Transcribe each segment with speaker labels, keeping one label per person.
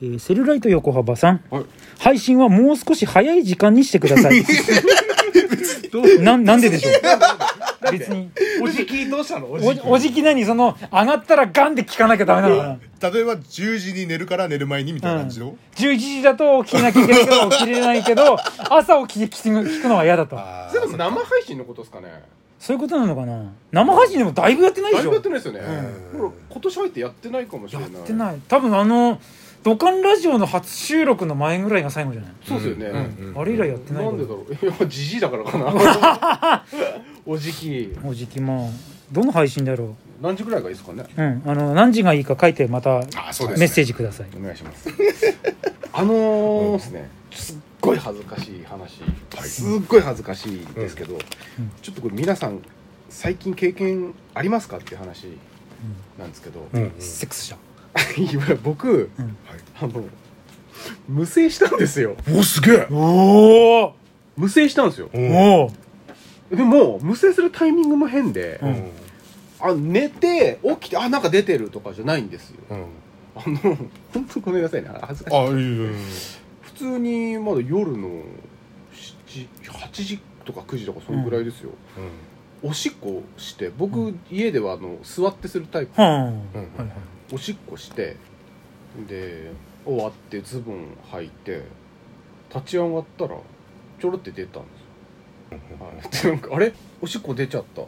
Speaker 1: えーセルライト横幅さん、
Speaker 2: はい
Speaker 1: 配信はもう少し早い時間にしてください
Speaker 3: どう
Speaker 1: なんなんででしょう別に
Speaker 3: おじきどうしたのお
Speaker 1: おじおじきなにその上がったらガンで聞かなきゃダメなのかな
Speaker 2: 例えば10時に寝るから寝る前にみたいな感じの、
Speaker 1: 11時だと起きなきゃいけないけど起きれないけど朝起きて聞く聞くのは嫌だと
Speaker 2: あー
Speaker 3: それでも生配信のことですかね
Speaker 1: そういうことなのかな生配信でもだいぶやってないで
Speaker 3: だ
Speaker 1: し
Speaker 3: い
Speaker 1: ょ
Speaker 3: ぶやってないですよね
Speaker 2: うん
Speaker 3: ほら今年入ってやってないかもしれ
Speaker 1: や
Speaker 3: な
Speaker 1: っ
Speaker 3: い
Speaker 1: てない多分あの「土管ラジオ」の初収録の前ぐらいが最後じゃない、
Speaker 3: そうですよね、
Speaker 2: うんうんうん
Speaker 1: あれ以来やってない
Speaker 3: な
Speaker 1: か
Speaker 3: ん
Speaker 1: ら
Speaker 3: でだろういやじじいだからかなおじき
Speaker 1: もうじきまあどの配信だろ
Speaker 3: 何時ぐらいがいいですかね
Speaker 1: ううんあの何時がいいか書いてまたメ
Speaker 2: あそうですね
Speaker 1: ッセージください、
Speaker 3: お願いしますあのーですねすっごい恥ずかしい話、すっごい恥ずかしいですけど、ちょっとこれ皆さん最近経験ありますかっていう話なんですけど、
Speaker 2: うんうん
Speaker 1: セックスした
Speaker 3: 今僕、
Speaker 1: うん
Speaker 3: あの無制したんですよ
Speaker 2: おすげえ
Speaker 1: おお
Speaker 3: 無制したんですよ
Speaker 2: お
Speaker 1: おお
Speaker 3: でも無制するタイミングも変で、
Speaker 1: うん
Speaker 3: あ寝て起きてあなんか出てるとかじゃないんですよ
Speaker 2: うん
Speaker 3: あの本当ごめんなさいね恥ずかしい
Speaker 2: あいいいいいい
Speaker 3: 普通にまだ夜の7 8時とか9時とかそのぐらいですよ、おしっこして僕、
Speaker 1: う
Speaker 3: 家ではあの座ってするタイプ
Speaker 1: はあ、うん
Speaker 2: うん
Speaker 1: はいはい
Speaker 3: おしっこしてで終わってズボン履いて立ち上がったらちょろって出たんですよ、はい、でなんかあれおしっこ出ちゃったあ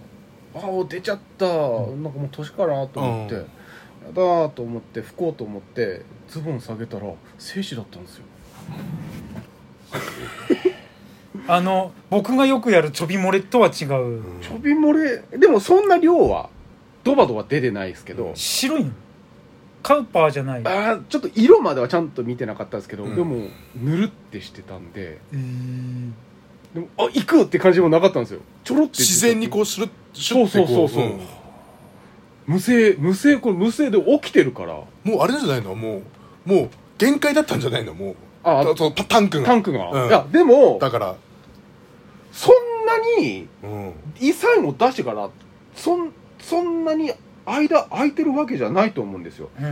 Speaker 3: あ出ちゃったなんかもう年かなと思って、
Speaker 2: うん
Speaker 3: やだーと思って拭こうと思ってズボン下げたら精子だったんですよ
Speaker 1: あの僕がよくやるちょび漏れとは違う、
Speaker 2: うん
Speaker 3: ちょび漏れでもそんな量はドバドバ出てないですけど、
Speaker 2: うん
Speaker 1: 白いのカウパーじゃない
Speaker 3: あーちょっと色まではちゃんと見てなかったんですけど、
Speaker 2: うん
Speaker 3: でもぬるってしてたんで
Speaker 1: えー
Speaker 3: でもあ行くって感じもなかったんですよちょろって
Speaker 2: 自然にこうシュルッシュッて
Speaker 3: そ
Speaker 2: こ
Speaker 3: うそうそうそう無声無声これ無声で起きてるから
Speaker 2: うんもうあれなんじゃないのもうもう限界だったんじゃないのもう
Speaker 3: あ
Speaker 2: たそうパタンク
Speaker 3: タ
Speaker 2: が
Speaker 3: ンクが、
Speaker 2: うん
Speaker 3: いやでも
Speaker 2: だから
Speaker 3: そんなに
Speaker 2: うん
Speaker 3: 胃サインを出してからそんそんなに間空いてるわけじゃないと思うんですよ
Speaker 1: う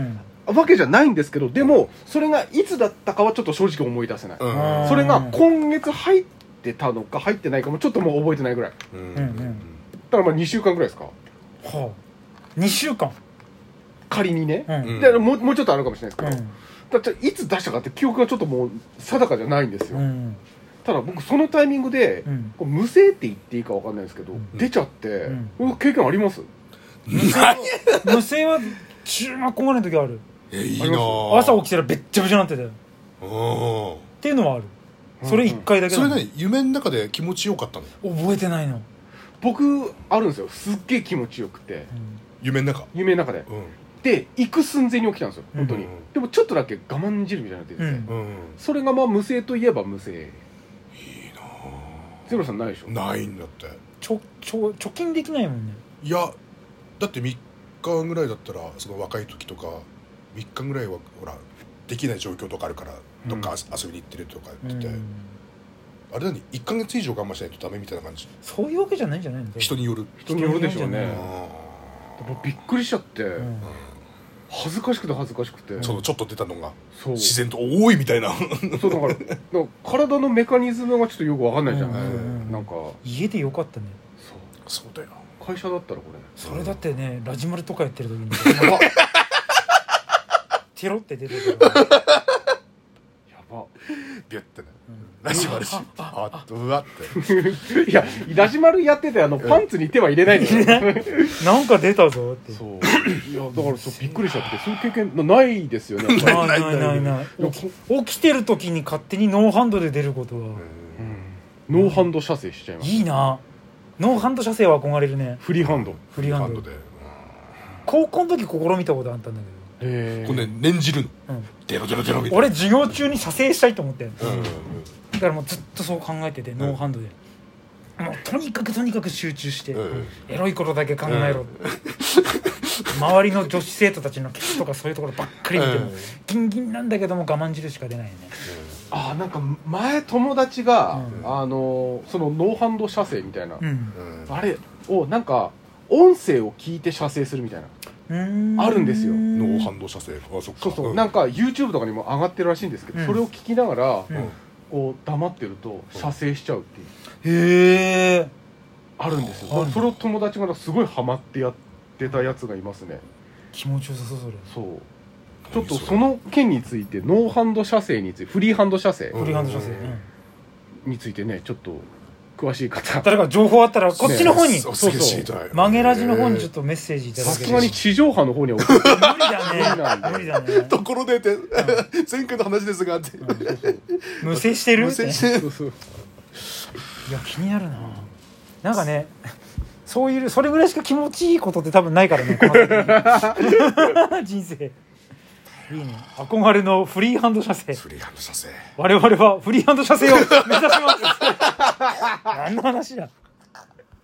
Speaker 1: ん
Speaker 3: わけじゃないんですけどでもそれがいつだったかはちょっと正直思い出せない、
Speaker 2: うん
Speaker 1: あー
Speaker 3: それが今月入ってたのか入ってないかもちょっともう覚えてないぐらいだ
Speaker 2: うん
Speaker 1: うんうん
Speaker 3: からまあ2週間ぐらいですか
Speaker 1: はあ2週間
Speaker 3: 仮にね
Speaker 1: う、ん、
Speaker 2: うん
Speaker 3: でもうもうちょっとあるかもしれないですけ
Speaker 1: う
Speaker 3: ど、
Speaker 1: ん
Speaker 3: だっていつ出したかって記憶がちょっともう定かじゃないんですよ、
Speaker 1: うん
Speaker 3: ただ僕そのタイミングで、
Speaker 1: うん
Speaker 3: こう無声って言っていいかわかんないですけど、
Speaker 1: ん
Speaker 3: 出ちゃって、
Speaker 1: ん
Speaker 3: うわ経験あります
Speaker 1: 無声は中学校ぐらいの時ある
Speaker 2: えいいなぁ
Speaker 1: 朝起きたらべっちゃべちゃになってたよっ
Speaker 2: うん
Speaker 1: ていうのはある
Speaker 3: うん
Speaker 1: それ1回だけ
Speaker 2: そ
Speaker 1: だ
Speaker 2: れ何夢の中で気持ちよかったの
Speaker 1: 覚えてないの、
Speaker 3: 僕あるんですよすっげえ気持ちよくて
Speaker 1: うん
Speaker 2: 夢の中
Speaker 3: 夢の中で
Speaker 2: う
Speaker 3: で行く寸前に起きたんですよ本当に、
Speaker 2: うん
Speaker 3: でもちょっとだけ我慢汁みたいなの出てて、
Speaker 1: うん
Speaker 2: んうん
Speaker 3: それがまあ無声といえば無声いいなゼロさんないでしょ
Speaker 2: ないんだって
Speaker 1: ちょちょ貯金できないもんね
Speaker 2: いやだって3日ぐらいだったらその若い時とか3日ぐらいはほらできない状況とかあるからどっか遊びに行ってるとか言ってて、
Speaker 1: うん
Speaker 2: あれ何1か月以上我慢しないとダメみたいな感じ
Speaker 1: そういうわけじゃないんじゃないの
Speaker 2: 人による
Speaker 3: 人によるでしょ
Speaker 1: 人
Speaker 3: うね
Speaker 1: によるんじゃない
Speaker 2: あ
Speaker 3: でもびっくりしちゃって、
Speaker 1: うん
Speaker 3: 恥ずかしくて恥ずかしくて、
Speaker 2: ーそのちょっと出たのが
Speaker 3: そう
Speaker 2: 自然と多いみたいな
Speaker 3: そうだからだから体のメカニズムがちょっとよくわかんないじゃん、
Speaker 1: うん
Speaker 2: うん
Speaker 1: うん
Speaker 3: なんかそ
Speaker 1: 家でよかったね
Speaker 3: う
Speaker 2: そうだよ
Speaker 3: 会社だったらこれ
Speaker 1: それだってねラジマルとかやってる時に
Speaker 3: やば
Speaker 1: テロって出てくるから
Speaker 3: やば
Speaker 2: ビュッてね
Speaker 1: うん
Speaker 2: ラジマルしあっとうわって
Speaker 3: いや、ラジマルやってて、あの、パンツに手は入れないで
Speaker 1: 入れなんか出たぞって
Speaker 3: そう。いや、だから、そう、びっくりしちゃって、そういう経験な ないですよね。やっぱり
Speaker 1: ないないないない
Speaker 3: いや
Speaker 1: 起き起きてる時に勝手にノーハンドで出ることは
Speaker 3: ノーハンド射精しちゃいます。
Speaker 1: いいなノーハンド射精は憧れるね
Speaker 3: フリーハンド。
Speaker 1: フリーハ
Speaker 2: ハ
Speaker 1: ン
Speaker 2: ン
Speaker 1: ド
Speaker 2: ドで
Speaker 1: 高校の時試みたことあったんだ
Speaker 3: へ
Speaker 2: これね念じるの
Speaker 1: けど、
Speaker 2: デロデロデロみ
Speaker 1: う
Speaker 2: た
Speaker 1: ん、
Speaker 2: いな
Speaker 1: 俺授業中に射精したいと思って
Speaker 2: うん
Speaker 1: だからもうずっとそう考えててノーハンドで、もうとにかくとにかく集中して、
Speaker 2: うん
Speaker 1: エロいことだけ考えろ、周りの女子生徒たちのケツとかそういうところばっかり見ても、
Speaker 2: うん
Speaker 1: ギンギンなんだけども我慢汁しか出ないよね
Speaker 3: あ、なんか、前、友達が、
Speaker 1: うん
Speaker 3: あの、その、ノーハンド射精みたいな。
Speaker 1: うん
Speaker 2: うん
Speaker 3: あれを、なんか、音声を聞いて射精するみたいな。あるんですよ
Speaker 2: 脳反動射精あそっか
Speaker 3: そうそう、
Speaker 2: ん
Speaker 3: なんか YouTube とかにも上がってるらしいんですけど、
Speaker 1: うん
Speaker 3: それを聞きながら、
Speaker 1: うん
Speaker 3: こう黙ってると射精しちゃうっていう
Speaker 1: へえ
Speaker 3: あるんですよ、
Speaker 1: はい
Speaker 3: それを友達がすごいハマってやってたやつがいますね
Speaker 1: 気持ちよさそうそれ
Speaker 3: そうちょっとその件についてノーハンド射精についてフリーハンド射精
Speaker 2: うん
Speaker 1: フリーハンド射精、
Speaker 2: うん
Speaker 1: うん
Speaker 3: についてねちょっと詳しい方
Speaker 1: 誰か情報あったらこっちの方に
Speaker 2: そう
Speaker 3: そう
Speaker 2: すげえ知りたい
Speaker 1: 曲げラジの方にちょっ
Speaker 2: と
Speaker 1: とメッセージいただ
Speaker 3: さ
Speaker 1: け
Speaker 3: す
Speaker 1: れば
Speaker 3: がに地上波の方には送って
Speaker 1: 無理だね無理だね
Speaker 2: ところでって、前回の話ですがって、
Speaker 1: 無制してる
Speaker 2: 無線して
Speaker 3: そうそう
Speaker 1: いや気になるななんかねそういうそれぐらいしか気持ちいいことって多分ないからねこの 人生いいね憧れのフリーハンド射精
Speaker 2: フリーハンドさせ
Speaker 1: 我々はフリーハンド射精を目指します 何の話だ